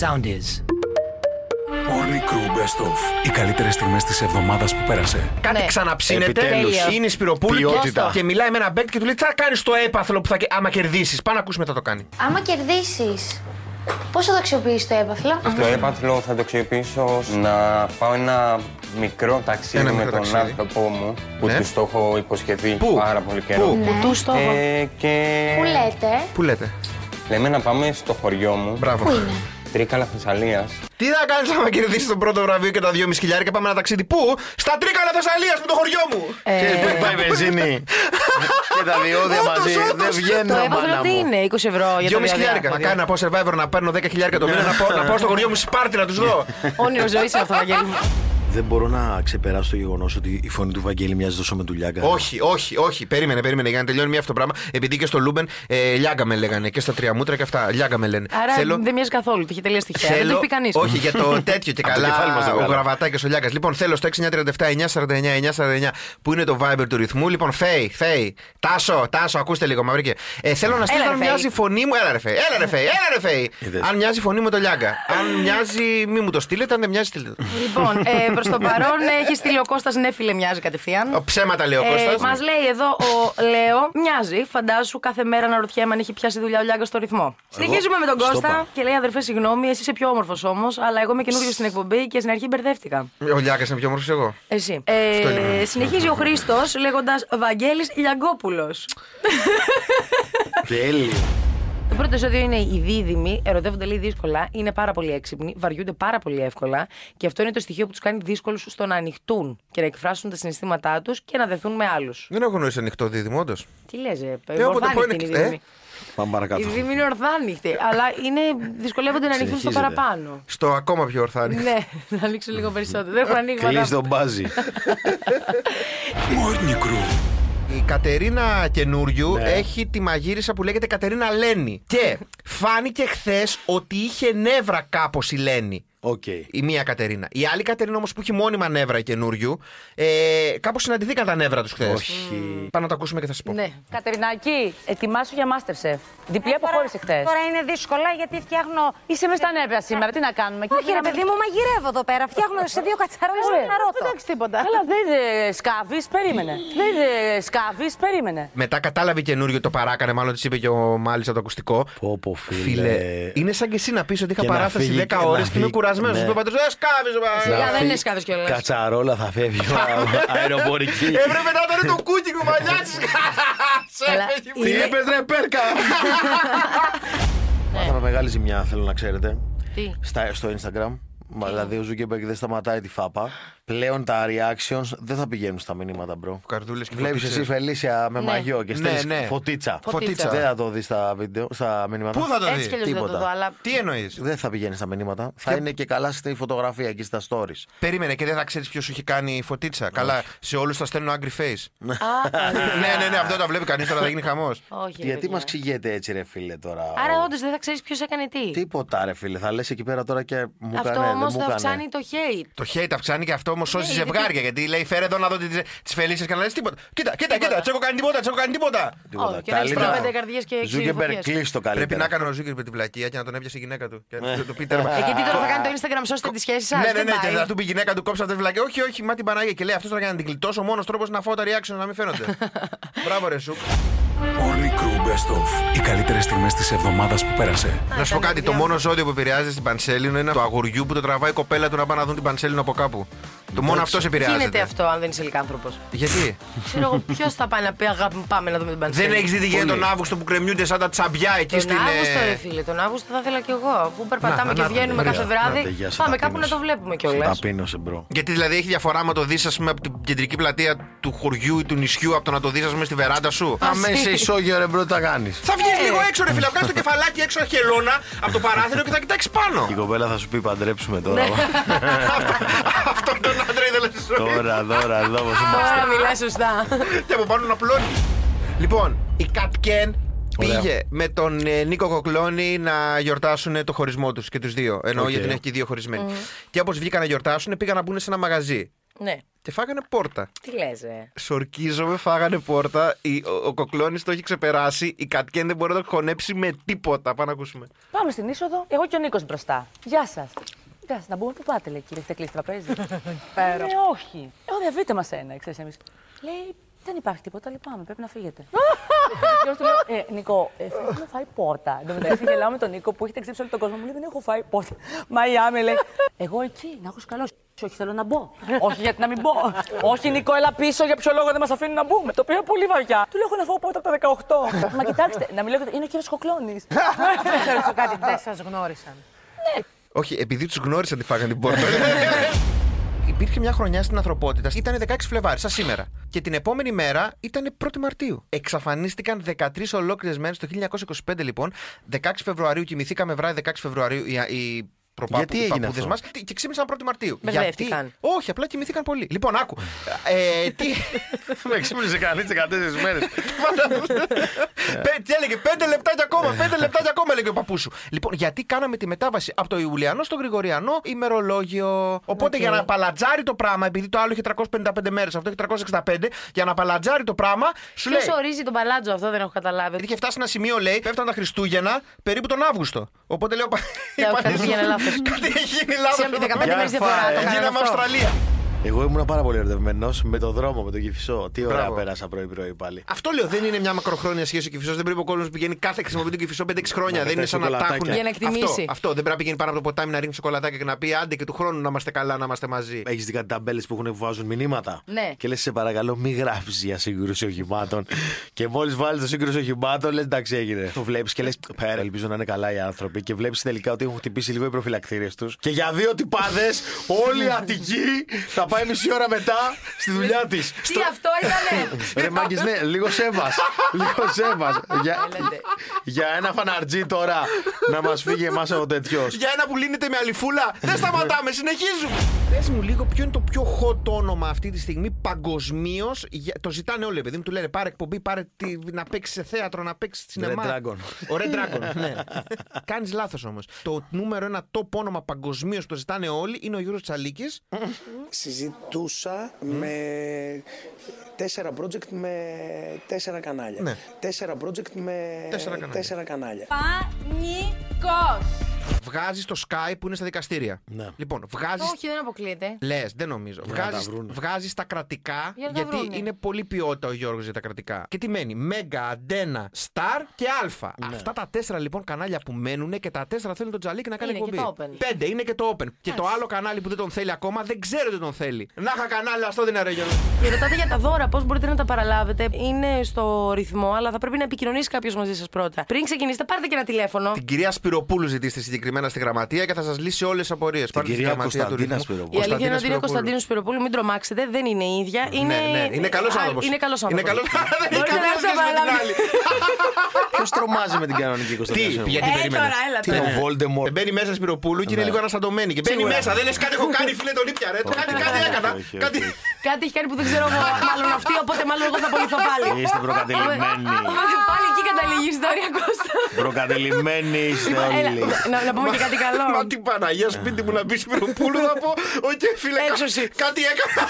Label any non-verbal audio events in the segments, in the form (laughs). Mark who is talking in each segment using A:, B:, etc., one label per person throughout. A: sound is.
B: Όλοι Crew Best Of. Οι καλύτερες στιγμές της εβδομάδας που πέρασε.
C: Κάτι
D: Ναι.
C: ξαναψύνεται.
E: Επιτέλους.
C: Είναι η Σπυροπούλη
E: Ποιότητα.
C: και, και μιλάει με ένα μπέκ και του λέει Τι θα κάνεις στο έπαθλο που θα. κε- Άμα κερδίσεις. Πάμε να ακούσουμε τι θα το κάνει.
F: Άμα κερδίσεις, πώς θα το αξιοποιήσεις το έπαθλο.
G: Το έπαθλο θα το αξιοποιήσω ως να πάω ένα μικρό ταξίδι
C: Ένα
G: με
C: μικρό
G: τον
C: ταξίδι.
G: άνθρωπό μου που
C: Ναι.
G: τους το έχω υποσχεθεί
C: Πού?
G: πάρα πολύ καιρό.
C: Πού?
D: Του στόχο.
G: Ε, και
F: Πού λέτε,
C: Πού λέτε.
G: λέμε να πάμε στο χωριό μου,
C: Μπράβο.
F: πού είναι.
G: Τρίκαλα Θεσσαλίας.
C: Τι θα κάνεις άμα κερδίσεις το πρώτο βραβείο και τα 2.500 και πάμε ένα ταξίδι. Πού? Στα Τρίκαλα Θεσσαλίας με το χωριό μου.
D: Ε,
E: Ξέρεις που έχει πάει η βενζίνη και τα διόδια
C: Όντως,
E: μαζί.
C: όντως.
E: Δεν βγαίνουν
D: Το έπαθλο
E: μάνα
D: τι
E: μου.
D: είναι, 20 ευρώ για το
C: 2.500 χιλιάρικα. Θα
D: διαδιάστημα.
C: κάνω από survivor να παίρνω 10 χιλιάρικα το μήνα να πάω, να πάω στο χωριό μου Σπάρτη να τους (laughs) δω.
D: Όνειρο ζωής αυτό, Αγγέλη. μου.
H: Δεν μπορώ να ξεπεράσω το γεγονός ότι η φωνή του Βαγγέλη μοιάζει τόσο με του Λιάγκα.
C: όχι, όχι, όχι. Περίμενε, περίμενε. Για να τελειώνει μία αυτό το πράγμα. Επειδή και στο Λούμπεν ε, λιάγκα με λέγανε και στα Τριαμούτρα και αυτά. Λιάγκα με λένε.
D: Άρα δεν μοιάζει καθόλου, τυχε τελείω τυχαία. Δεν το έχει πει κανείς.
C: Όχι, για
D: (laughs)
C: το τέτοιο και
E: Από το
C: καλά.
E: κεφάλι μας το
C: ο
E: βγάλαμε.
C: γραβατάκια ο Λιάγκας. Λοιπόν, θέλω στο 6937-949-949 που είναι το Viber του ρυθμού. Λοιπόν, Φέι, Φέι, Τάσο, Τάσο, ακούστε λίγο, μαυρίκε. Ε, θέλω να στείλω
D: Έλα,
C: αν
D: ρε,
C: μοιάζει
D: Φέι.
C: η φωνή μου. Έλα, ρε Φέι, έλα, ρε Φέι, έλα, ρε Φέι.
E: Είδες.
C: Αν μοιάζει η φωνή μου με το Λιάγκα. Αν μοιάζει, μη μου το στείλετε. Αν δεν μοιάζει, στείλτε. το.
D: Λοιπόν, ε, προ το παρόν ε, έχει στείλει ο Κώστας, ναι, φίλε, μοιάζει κατευθείαν.
C: Ο, Ψέματα
D: Ε,
C: λέει ο Κώστας.
D: Μας λέει εδώ ο Λέο, μοιάζει. Φαντάσου κάθε μέρα να ρωτιέμαι αν έχει πιάσει δουλειά ο Λιάγκα στο ρυθμό. Συνεχίζουμε με τον
E: στο
D: Κώστα
E: πάω.
D: και λέει αδερφέ, συγγνώμη, εσύ είσαι πιο όμορφος όμως, αλλά εγώ είμαι καινούριος στην εκπομπή και στην αρχή μπερδεύτηκα.
C: Ο Λιάγκα είναι πιο όμορφος εγώ.
D: Εσύ. Ε, συνεχίζει ο Χρήστος λέγοντας Βαγγέλης Λιαγκόπουλος.
E: Τέλειο.
D: Το πρώτο επεισόδιο είναι οι δίδυμοι, ερωτεύονται λέει δύσκολα, είναι πάρα πολύ έξυπνοι, βαριούνται πάρα πολύ εύκολα και αυτό είναι το στοιχείο που τους κάνει δύσκολους στο να ανοιχτούν και να εκφράσουν τα συναισθήματά τους και να δεθούν με άλλους.
C: Δεν έχω γνωρίσει ανοιχτό δίδυμο, όντως.
D: Τι λες, ρε,
C: όποτε πω
D: ορθάνυχτοι
C: είναι-
D: είναι οι
C: ε.
D: δίδυμοι.
H: Πάμε
D: Οι
H: παρακάτω.
D: δίδυμοι είναι ορθάνυχτοι, αλλά είναι, δυσκολεύονται να ανοιχτούν στο
H: Συνεχίζεται.
D: παραπάνω.
C: Στο ακόμα πιο ορθάνη.
D: ναι, (laughs) να ανοίξουν λίγο περισσότερο. Δεν έχουν
E: Κλείς
D: ανοίγματα.
E: τον μπάζι.
B: Morning Crew.
C: Η Κατερίνα καινούριου
E: Ναι.
C: έχει τη μαγείρισα που λέγεται Κατερίνα Λένη. Και φάνηκε χθες ότι είχε νεύρα κάπως η Λένη.
E: Οκ.
C: Η μία Κατερίνα. Η άλλη Κατερίνα όμως που έχει μόνιμα νεύρα η καινούριου, ε, κάπως συναντηθήκαν τα νεύρα τους χθες.
E: Όχι.
C: Πάμε να το ακούσουμε και θα σα πω.
D: Ναι.
I: Κατερινάκη, ετοιμάσου για μάστευσε. Διπλή αποχώρηση χθες.
J: Ε, Τώρα είναι δύσκολα γιατί φτιάχνω.
I: Είσαι μες στα νεύρα σήμερα, τι να κάνουμε.
J: Όχι, ρε παιδί μου, μαγειρεύω εδώ πέρα. Φτιάχνω σε δύο κατσαρόλες
I: Ωραία.
J: ένα ρότο.
I: Εντάξει, τίποτα. Αλλά δεν ε, σκάβεις, περίμενε. Δεν ε, σκάβεις, περίμενε.
C: Μετά κατάλαβε η καινούριο το παράκανε, μάλλον της είπε και ο Μάλιστα το ακουστικό.
E: Πω, πω, φίλε.
C: είναι σαν και εσύ να πεις ότι είχα
E: Και να
C: παράσταση
E: φύγει
C: 10
E: και να
C: ώρες και είμαι
E: φύγει.
C: κουρασμένος.
E: Ναι.
C: Του παπαντρό, δεν σκάβει,
D: δεν
E: φύγει-
D: είναι σκάδος κιόλας.
E: Κατσαρόλα θα φεύγει. α- Αεροπορική.
C: Έβρε μετά τώρα το κούκι κουβαλιά
D: (laughs)
C: τη.
D: Καλά,
E: Τι είπες ρε Πέρκα. Μάθαμε μεγάλη ζημιά, θέλω να ξέρετε.
D: Τι?
E: Στα- στο Instagram. Μα δηλαδή ο Ζούκεμπεργκ δεν σταματάει τη φάπα. Πλέον τα reactions δεν θα πηγαίνουν στα μηνύματα, bro.
C: Καρδούλες και
E: Βλέπεις
C: φωτίτσες.
E: εσύ Φελίσια με μαγιό και στέλνεις
C: Ναι, ναι.
E: φωτίτσα.
C: Φωτίτσα.
E: Δεν θα το δεις στα, βίντεο, στα μηνύματα.
C: Πού θα το
D: Έτσι κι
C: δει.
D: αλλιώς δεν θα το
E: τίποτα.
D: δω, αλλά.
C: Τι εννοείς.
E: Δεν θα πηγαίνει στα μηνύματα. Θα είναι και καλά στη φωτογραφία εκεί στα stories.
C: Περίμενε και δεν θα ξέρεις ποιος σου έχει κάνει η φωτίτσα. Καλά, σε όλους θα στέλνω angry face. (laughs)
D: Α,
C: ναι, ναι, ναι, αυτό το βλέπει κανείς τώρα θα γίνει χαμός.
D: (laughs) Όχι. ρε,
E: Γιατί
D: παιδιά.
E: μας ξηγείται έτσι, ρε φίλε τώρα.
D: Άρα
E: ο-
D: όντως δεν θα ξέρεις ποιος έκανε τι.
E: Τίποτα, ρε φίλε. Θα λες εκεί πέρα τώρα και μου
D: Αυτό
E: έκανε.
D: όμω
E: Δεν μου
D: το αυξάνει
E: έκανε.
D: το hate.
C: Το hate αυξάνει και αυτό όμως σώζει
D: Ναι,
C: ζευγάρια. Γιατί λέει φέρε εδώ να δω τι φελίσει και να λες τίποτα. Κοίτα, κοίτα, κοίτα, τσέκο κάνει τίποτα, τσέκο κάνει τίποτα.
E: Τίποτα.
D: Όχι, και να έχεις
E: Καλύτερα.
D: πέντε καρδιές και έξι
E: Ζούκεμπερ,
D: φωτιές.
E: κλείσει το καλύτερα.
C: Πρέπει να έκανε ο Ζούγκερ με τη βλακεία και να τον έπιασε η γυναίκα του. Και να του πει
D: Ε,
C: τέρμα.
D: γιατί τώρα θα κάνει το Instagram, σώστε τη σχέση σας.
C: Ναι, ναι, ναι, και θα του πει η γυναίκα του κόψα αυτή τη βλακεία. Όχι, όχι, μα την Παναγία. Και λέει αυτό τώρα για να την γλιτώσω. Ο μόνος τρόπος να φάω τα reaction να μην
D: (laughs)
C: φαίνονται. Μπράβο, ρε Σουκ.
B: Only Crew Best Of. Οι καλύτερες στιγμές της εβδομάδας που πέρασε.
C: Να σου πω κάτι, το μόνο ζώδιο που επηρεάζεται στην Πανσέλινο είναι το αγοριού που το τραβάει η κοπέλα του να πάνε να δουν την Πανσέλινο από κάπου. Το μόνο αυτό επηρεάζεται.
D: Γίνεται αυτό αν δεν είσαι λικάνθρωπος.
C: (laughs) Γιατί
D: Ξέρω εγώ ποιος θα πάει να πει αγάπη μου, πάμε να δούμε την Πανσέλη.
C: δεν έχεις δει τι γίνεται τον Αύγουστο που κρεμιούνται σαν τα τσαμπιά εκεί
D: Τον
C: στην. ε,
D: Αύγουστο, ρε φίλε, τον Αύγουστο θα ήθελα κι εγώ. Που περπατάμε
C: Να,
D: και
C: να,
D: βγαίνουμε
C: Μαρία,
D: κάθε
E: Άντε,
D: βράδυ.
E: γεια σου,
D: Πάμε
E: ταπείνωσε.
D: κάπου να το βλέπουμε κιόλας.
E: Ταπείνωσε, μπρο.
C: Γιατί δηλαδή έχει διαφορά άμα το δεις, ας πούμε, από την κεντρική πλατεία του χωριού ή του νησιού από το να το δεις, ας πούμε, στη βεράντα σου.
E: Πάμε σε ισόγειο, ρε μπρο, τι θα κάνεις.
C: Θα βγεις
D: Ε.
C: λίγο έξω, ρε φίλε. Βγάζεις το κεφαλάκι έξω χελώνα από το παράθυρο και θα κοιτάξεις πάνω.
E: Η κοπέλα θα σου πει παντρέψουμε τώρα.
D: Ναι.
C: Αυτό τον άντρα ήθελε στη ζωή.
E: Τώρα, τώρα, εδώ πώ είμαστε.
D: Τώρα μιλά σωστά.
C: Και από πάνω να πλώνει. Λοιπόν, η Κατκέν
E: Ωραία.
C: πήγε με τον ε, Νίκο Κοκλώνη να γιορτάσουν το χωρισμό τους και τους δύο. Εννοώ
E: Οκ.
C: γιατί την έχει και οι δύο χωρισμένοι. Και όπως βγήκαν να γιορτάσουν, πήγαν να μπουν σε ένα μαγαζί.
D: Ναι.
C: Και φάγανε πόρτα.
D: Τι λες, ρε.
C: Σορκίζομαι, φάγανε πόρτα. Η- ο ο Κοκλώνης το έχει ξεπεράσει. Η Κατκέν δεν μπορεί να το χωνέψει με τίποτα. Πάμε να ακούσουμε.
I: Πάμε στην είσοδο. Εγώ και ο Νίκος μπροστά. Γεια σας. Γεια σα. Να μπούμε που πάτε, λέει κύριε. Έχετε κλείσει τραπέζι. Πέρα. Ε, όχι. Εγώ δεν βρείτε μας ένα, ξέρεις εμείς. Λέει, δεν υπάρχει τίποτα, λυπάμαι. Πρέπει να φύγετε. (laughs) Και εγώ του λέω, ε, Νίκο, ε, θέλω να φάει πόρτα. Εν τω μεταξύ γελάω με τον Νίκο που έχετε ξύψει όλο τον κόσμο. Μου λέει, δεν έχω φάει πόρτα. Μα η Άμε λέει, Εγώ εκεί, να έχω σκαλώσει. Όχι, θέλω να μπω. Όχι, γιατί να μην μπω. Όχι, Νικό, έλα πίσω, για ποιο λόγο δεν μας αφήνει να μπούμε. Το πήρα πολύ βαριά. Του λέω, έχω να φάω πόρτα από τα 18. Μα κοιτάξτε, να μην λέγεται, είναι ο κύριος Κοκλώνης.
H: (laughs)
A: Δεν θέλω να σου κάτι, δεν σας γνώρισαν.
C: Όχι, επειδή τους γνώρισαν τη φάγανε την πόρτα. (laughs) Υπήρχε μια χρονιά στην ανθρωπότητα, ήταν 16 Φλεβάρι, σαν σήμερα. Και την επόμενη μέρα ήταν 1η Μαρτίου. Εξαφανίστηκαν 13 ολόκληρες μέρες το 1925, λοιπόν. 16 Φεβρουαρίου κοιμηθήκαμε βράδυ 16 Φεβρουαρίου οι, οι προπάπου,
E: Γιατί
C: οι
E: έγινε
C: παππούδες
E: αυτό?
C: μας Τι- και ξύπνησαν 1η Μαρτίου.
D: Μπερδεύτηκαν.
C: Γιατί- Όχι, απλά κοιμηθήκαν πολύ. Λοιπόν, άκου. Ε, τι.
E: Με ξύπνησε κανείς 14 μέρες.
C: Πέ- Τι έλεγε, πέντε λεπτάκια ακόμα, πέντε λεπτάκια ακόμα, έλεγε ο παππούς σου. Λοιπόν, γιατί κάναμε τη μετάβαση από το Ιουλιανό στο Γρηγοριανό ημερολόγιο. Οπότε για να παλατζάρει το πράγμα, επειδή το άλλο είχε 355 μέρες, αυτό έχει 365, για να παλατζάρει το πράγμα, σου λέει.
D: Ποιο ορίζει τον παλάτζο αυτό, δεν έχω καταλάβει.
C: Είχε φτάσει ένα σημείο, λέει, πέφτανε τα Χριστούγεννα περίπου τον Αύγουστο. Οπότε λέω. (laughs) πα-
D: Ναι, όχι,
C: Παναγία,
D: πήγαινε λάθος.
C: Κάτι έχει γίνει λάθος.
D: Ξέραμε και 15 μέρες διαφορά, το κάναμε
C: Γίναμε
D: αυτό.
C: Αυστραλία.
E: Εγώ ήμουν πάρα πολύ ερωτευμένος με το δρόμο, με το κυφισό. Τι ωραία
C: Μπράβο.
E: πέρασα πρωί-πρωί πάλι.
C: Αυτό λέω, δεν είναι μια μακροχρόνια σχέση ο κυφισός. Δεν πρέπει ο κόσμος να πηγαίνει κάθε χρησιμοποιεί τον κυφισό 5-6 χρόνια.
E: Να
C: δεν είναι σαν να
E: πετάει
C: τάχουν.
E: σοκολατάκια. Για
D: να εκτιμήσει.
C: Αυτό, αυτό. Δεν πρέπει να πηγαίνει πάνω από το ποτάμι να ρίχνει σοκολατάκια και να πει άντε και του χρόνου να είμαστε καλά, να είμαστε μαζί.
E: Έχεις δει κάτι ταμπέλες που έχουν που βάζουν μηνύματα.
D: Ναι.
E: Και λες, σε παρακαλώ, μην γράψεις για σύγκρουση οχημάτων. και μόλις βάλεις το σύγκρουση οχημάτων, λες εντάξει έγινε. Το βλέπεις και λες, πέρα, ελπίζω να είναι καλά οι άνθρωποι. Και βλέπεις τελικά ότι έχουν χτυπήσει λίγο οι προφυλακτήρε τους. Και για δύο τυπάδες, όλη η Αττική θα πάει μισή ώρα μετά στη δουλειά τη.
D: Τι αυτό
C: (laughs)
D: ήταν.
E: Ρε μάγκες, ναι, λίγο σέβας. λίγο σέβας. για, για ένα φαναρτζή τώρα να μας φύγει εμάς ο τέτοιος.
C: Για ένα που λύνεται με αληφούλα, δεν σταματάμε, συνεχίζουμε. Πες μου λίγο, ποιο είναι το πιο hot όνομα αυτή τη στιγμή παγκοσμίως. Το ζητάνε όλοι, επειδή μου του λένε πάρε εκπομπή, πάρε τη, να παίξεις σε θέατρο, να παίξεις σινεμά.
E: Red Dragon.
C: Ο Red Dragon, ναι. Κάνεις λάθος όμως. Το νούμερο ένα top όνομα παγκοσμίως που το ζητάνε όλοι είναι ο Γιώργο Τσαλίκη.
H: Συζητούσα με τέσσερα project με τέσσερα κανάλια.
C: Ναι.
H: Τέσσερα project με
C: Τέσσερα κανάλια. τέσσερα
H: κανάλια.
J: Πανικός.
C: Βγάζει το Sky που είναι στα δικαστήρια.
E: Ναι.
C: Λοιπόν, βγάζεις.
D: Όχι, δεν αποκλείεται.
C: Λες, δεν νομίζω. Βγάζεις,
E: βρουν.
C: βγάζεις τα κρατικά,
D: Για να τα
C: γιατί
D: βρούνε.
C: είναι πολύ ποιότητα ο Γιώργος για τα κρατικά. Και τι μένει, Μέγα, Αντένα, Σταρ και Α. Αυτά τα τέσσερα λοιπόν κανάλια που μένουν και τα τέσσερα θέλουν τον Τζαλίκη να κάνει
D: Είναι και
C: εκπομπή.
D: το Open.
C: Πέντε είναι και το Open. Και το άλλο κανάλι που δεν τον θέλει ακόμα δεν ξέρω ότι τον θέλει. Να είχα κανάλι, αυτό δεν είναι ναι, ρε Γιώργο.
D: Και ρωτάτε για τα δώρα, πώς μπορείτε να τα παραλάβετε. Είναι στο ρυθμό, αλλά θα πρέπει να επικοινωνήσει κάποιος μαζί σας πρώτα. Πριν ξεκινήσετε, πάρτε και ένα τηλέφωνο.
C: Την κυρία Σπυροπούλου ζητήστε συγκεκριμένα στη γραμματεία και θα σας λύσει όλες τις απορίες.
E: κυρία Κωνσταντίνα Σπυροπούλου.
D: Η αλήθεια είναι ότι είναι ο Κωνσταντίνο Σπυροπούλου, μην τρομάξετε, δεν είναι η ίδια. Είναι,
C: ναι, είναι καλός
D: Α,
C: άνθρωπος.
D: Είναι καλός άνθρωπο.
C: Είναι καλός- (laughs) Δεν έχει
D: Μπορείτε να
C: καμία
D: το
C: σχέση με την
D: παραλάβετε.
C: άλλη.
E: Ποιος τρομάζει με την κανονική Κωνσταντίνα.
C: Τι,
E: Σιμών?
C: γιατί
D: Ε,
C: περίμενε.
D: τώρα, έλα
E: Τι,
D: τώρα.
E: ο Voldemort.
C: Ε, Μπαίνει μέσα Σπυροπούλου και είναι λίγο αναστατωμένη. Και μπαίνει μέσα, δεν λες κάτι έχω κάνει, φίλε τον ήπια ρε. Το Κάτι, κάτι
E: όχι,
C: έκανα.
E: όχι,
C: Κάτι-
E: όχι.
D: Κάτι έχει κάνει που δεν ξέρω εγώ, μάλλον αυτή, οπότε μάλλον εγώ θα απολυθώ πάλι.
E: Είστε προκατελημένοι.
D: Οπότε πάλι εκεί καταλήγει η ιστορία, Κώστα.
E: Προκατελημένοι είστε
D: Έλα,
E: όλοι.
D: να, να πούμε και κάτι
C: Μα
D: καλό.
C: την Παναγία σπίτι μου να μπει Σπυροπούλου θα πω. Οκ, φίλε, κα-
D: Έξωση.
C: κάτι έκανα.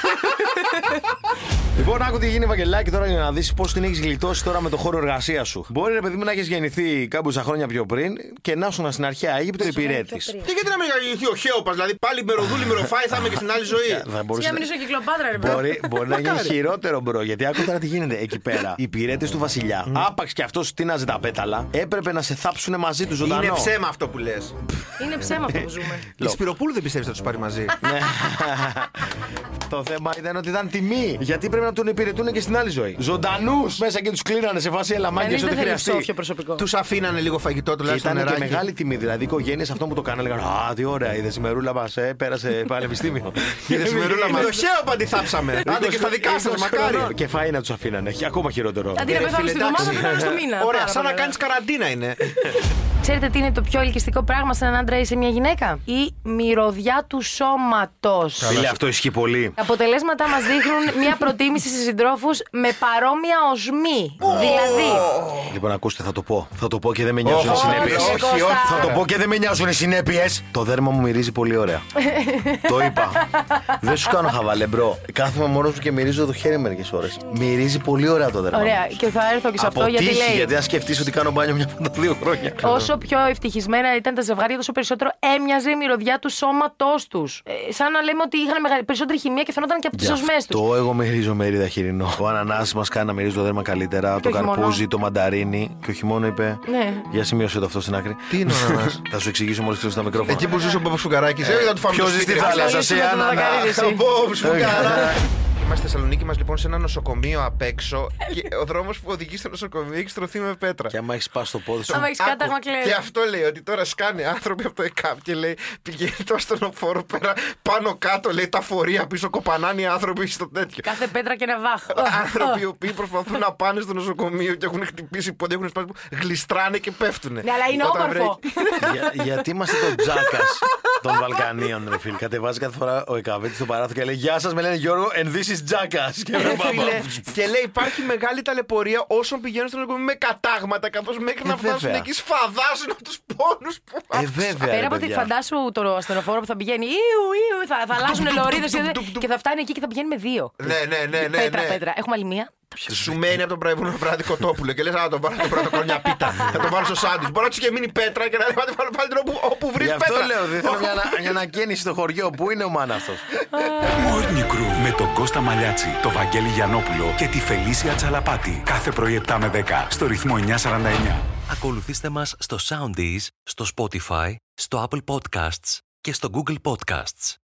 E: Λοιπόν, άκου τι γίνει, Βαγγελάκη, τώρα για να δεις πώς την έχεις γλιτώσει τώρα με το χώρο εργασίας σου. Μπορεί, ρε παιδί μου, να έχεις γεννηθεί κάποια χρόνια πιο πριν και να ήσουν στην αρχαία Αίγυπτο υπηρέτη.
C: (laughs) Και γιατί να με γεννηθεί ο Χέοπας, δηλαδή πάλι με ροδούλη με ροφάει θα είμαι και στην άλλη ζωή.
E: Θα μπορούσε
D: Για να
E: να-
D: μην είσαι ο κυκλοπάτρας, ρε παιδί.
E: Μπορεί, μπορεί να γίνει
C: Μακάρι.
E: χειρότερο, μπρο. Γιατί άκου τώρα τι γίνεται εκεί πέρα. Οι υπηρέτες του Βασιλιά, άπαξ και αυτό τίναζε τα πέταλα, έπρεπε να σε θάψουν μαζί τους
C: (laughs)
E: ζωντανό.
C: Είναι ψέμα αυτό που λες.
D: Είναι ψέμα αυτό που ζούμε.
C: Η Σπυροπούλου δεν πιστεύει να τους πάρει μαζί.
E: Το θέμα ήταν ότι ήταν τιμή. Γιατί πρέπει να τον υπηρετούν και στην άλλη ζωή. Ζωντανούς μέσα και τους κλείνανε σε φάση
D: Κανείς
E: ελαμάκια
D: δεν
E: ό,τι
D: θέλει
E: χρειαστεί.
D: ψόφιο προσωπικό.
C: Τους αφήνανε λίγο φαγητό
E: Και
C: τουλάχιστον
E: ήταν και
C: νεράκι.
E: μεγάλη τιμή. Δηλαδή, οι οικογένειες αυτό που το κάνανε λέγανε Α, τι ωραία, είδε η μερούλα μας, ε, πέρασε (laughs) πανεπιστήμιο.
C: Και τη μερούλα μα.
E: μας.
C: Ε, Το Χέοπα τη θάψαμε. Άντε και στα δικά σα,
E: 20
C: μακάρι.
E: χρονών. Και φάει να τους αφήνανε. Και ακόμα χειρότερο.
D: Αντί να
C: Ρε
D: πεθάνω
C: φίλε,
D: στη
C: εντάξει.
D: βδομάδα, πεθάνω στο μήνα.
C: Ωραία,
D: Πάρα
C: σαν να
D: πολύ
C: κάνεις καραντίνα είναι.
D: Ξέρετε τι είναι το πιο ελκυστικό πράγμα σε έναν άντρα ή σε μια γυναίκα? Η μυρωδιά του σώματος.
H: Φίλε, αυτό ισχύει πολύ.
D: Τα αποτελέσματα μας δείχνουν μια προτίμηση σε συντρόφους με παρόμοια οσμή. δηλαδή,
H: Λοιπόν, ακούστε, θα το πω. Θα το πω και δεν με νοιάζουν οι συνέπειες.
C: όχι,
D: Κώστα.
C: όχι.
H: Θα το πω και δεν με νοιάζουν οι συνέπειες. Το δέρμα μου μυρίζει πολύ
D: (laughs)
H: ωραία. το είπα. δεν σου κάνω χαβαλέ, μπρο. Κάθομαι μόνος μου και μυρίζω το χέρι μερικές ώρε. Μυρίζει πολύ ωραία το δέρμα.
D: Ωραία,
H: μου.
D: και θα έρθω και σε αυτό γιατί
H: Αποτύχει,
D: λέει.
H: γιατί αν σκεφτείς ότι κάνω μπάνιο μια από τα δύο χρόνια.
D: Όσο πιο ευτυχισμένα ήταν τα ζευγάρια, τόσο περισσότερο έμοιαζε η μυρωδιά του σώματός τους. Ε, σαν να λέμε ότι είχαν μεγαλ- περισσότερη χημεία και φαινόταν και από τις
H: Γι'
D: οσμές τους.
H: αυτό εγώ μυρίζω μερίδα χοιρινό. Ο ανανά μας κάνει να μυρίζει το δέρμα καλύτερα. Το
D: όχι μόνο.
H: καρπούζι, το μανταρίνι. Και όχι μόνο είπε.
D: Ναι.
H: Για σημείωσε το αυτό στην άκρη.
C: Τι είναι ο ανανάς?
H: (laughs) Θα σου εξηγήσω μόλις κλείσει τα μικρόφωνα.
C: Εκεί που ζούσε ο Παπασφουγγαράκης. Ε, θα του φάμε
H: Ποιος
C: το
H: ζει στη
C: σπίτι, ρε.
H: θάλασσα, σε
D: Ασχολήσουμε τον
H: Άννα.
D: Μακαρίδη, εσύ.
C: Είμαστε στη Θεσσαλονίκη μας λοιπόν σε ένα νοσοκομείο απ' έξω και ο δρόμος που οδηγεί στο νοσοκομείο έχει στρωθεί με πέτρα.
E: Και άμα έχεις πάσει το πόδι σου.
D: Άμα έχεις
C: Άκου,
D: κάταγμα, κλαίει.
C: Και αυτό λέει ότι τώρα σκάνε άνθρωποι από το ΕΚΑΠ και λέει πηγαίνει το ασθενοφόρο πέρα πάνω κάτω, λέει τα φορεία πίσω, κοπανάνε οι άνθρωποι στο τέτοιο.
D: Κάθε πέτρα και ένα βάχο.
C: άνθρωποι οι οποίοι προσπαθούν να πάνε στο νοσοκομείο και έχουν χτυπήσει πόδια, έχουν σπάσει πόδια, γλιστράνε και πέφτουνε.
D: Ναι, αλλά είναι
C: Όταν
D: (laughs) όμορφο.
C: βρέχει-
E: Για- γιατί είμαστε το τζάκας των Βαλκανίων, ρε φίλε. Κατεβάζει κάθε φορά ο Εκαβέτη στο παράθυρο και λέει Γεια σας, με λένε Γιώργο, and this is τζάκας. Και
D: Ε,
C: Ρε
E: λέει,
C: φίλε, και λέει υπάρχει μεγάλη ταλαιπωρία όσων πηγαίνουν στο νοσοκομείο με κατάγματα καθώς μέχρι
E: Ε,
C: να φτάσουν
E: βέβαια.
C: εκεί σφαδάζουν από τους πόνους που
E: Ε, βέβαια.
D: Πέρα
E: ρε,
D: από ότι
E: παιδιά.
D: φαντάσου το ασθενοφόρο που θα πηγαίνει Ιου, Ιου, θα, θα αλλάζουν λωρίδε και θα φτάνει εκεί και θα πηγαίνει με δύο.
C: Ναι, ναι, ναι, ναι.
D: Πέτρα,
C: ναι.
D: πέτρα. Έχουμε άλλη μία.
C: Σου μένει από το προηγούμενο βράδυ κοτόπουλο και λες: Α, τον βάλω το πρώτο κόνια
E: (laughs)
C: πίτα. Θα τον βάλω στο σάντουιτ. Μπορεί να τους και μείνει πέτρα και να (laughs) λέει: Πάτε βάλω πάλι την όπου, όπου βρεις
E: Γι'
C: πέτρα.
E: αυτό λέω, δεν θέλω μια, ανα- μια ανακαίνιση στο χωριό. Πού είναι ο μάνας αυτός.
B: Morning Crew με τον Κώστα Μαλιάτση, τον Βαγγέλη Γιανόπουλο και τη Φελίσια Τσαλαπάτη. Κάθε πρωί 7 με 10 στο ρυθμό 949.
K: Ακολουθήστε μας στο Soundees, στο Spotify, στο Apple Podcasts και στο Google Podcasts.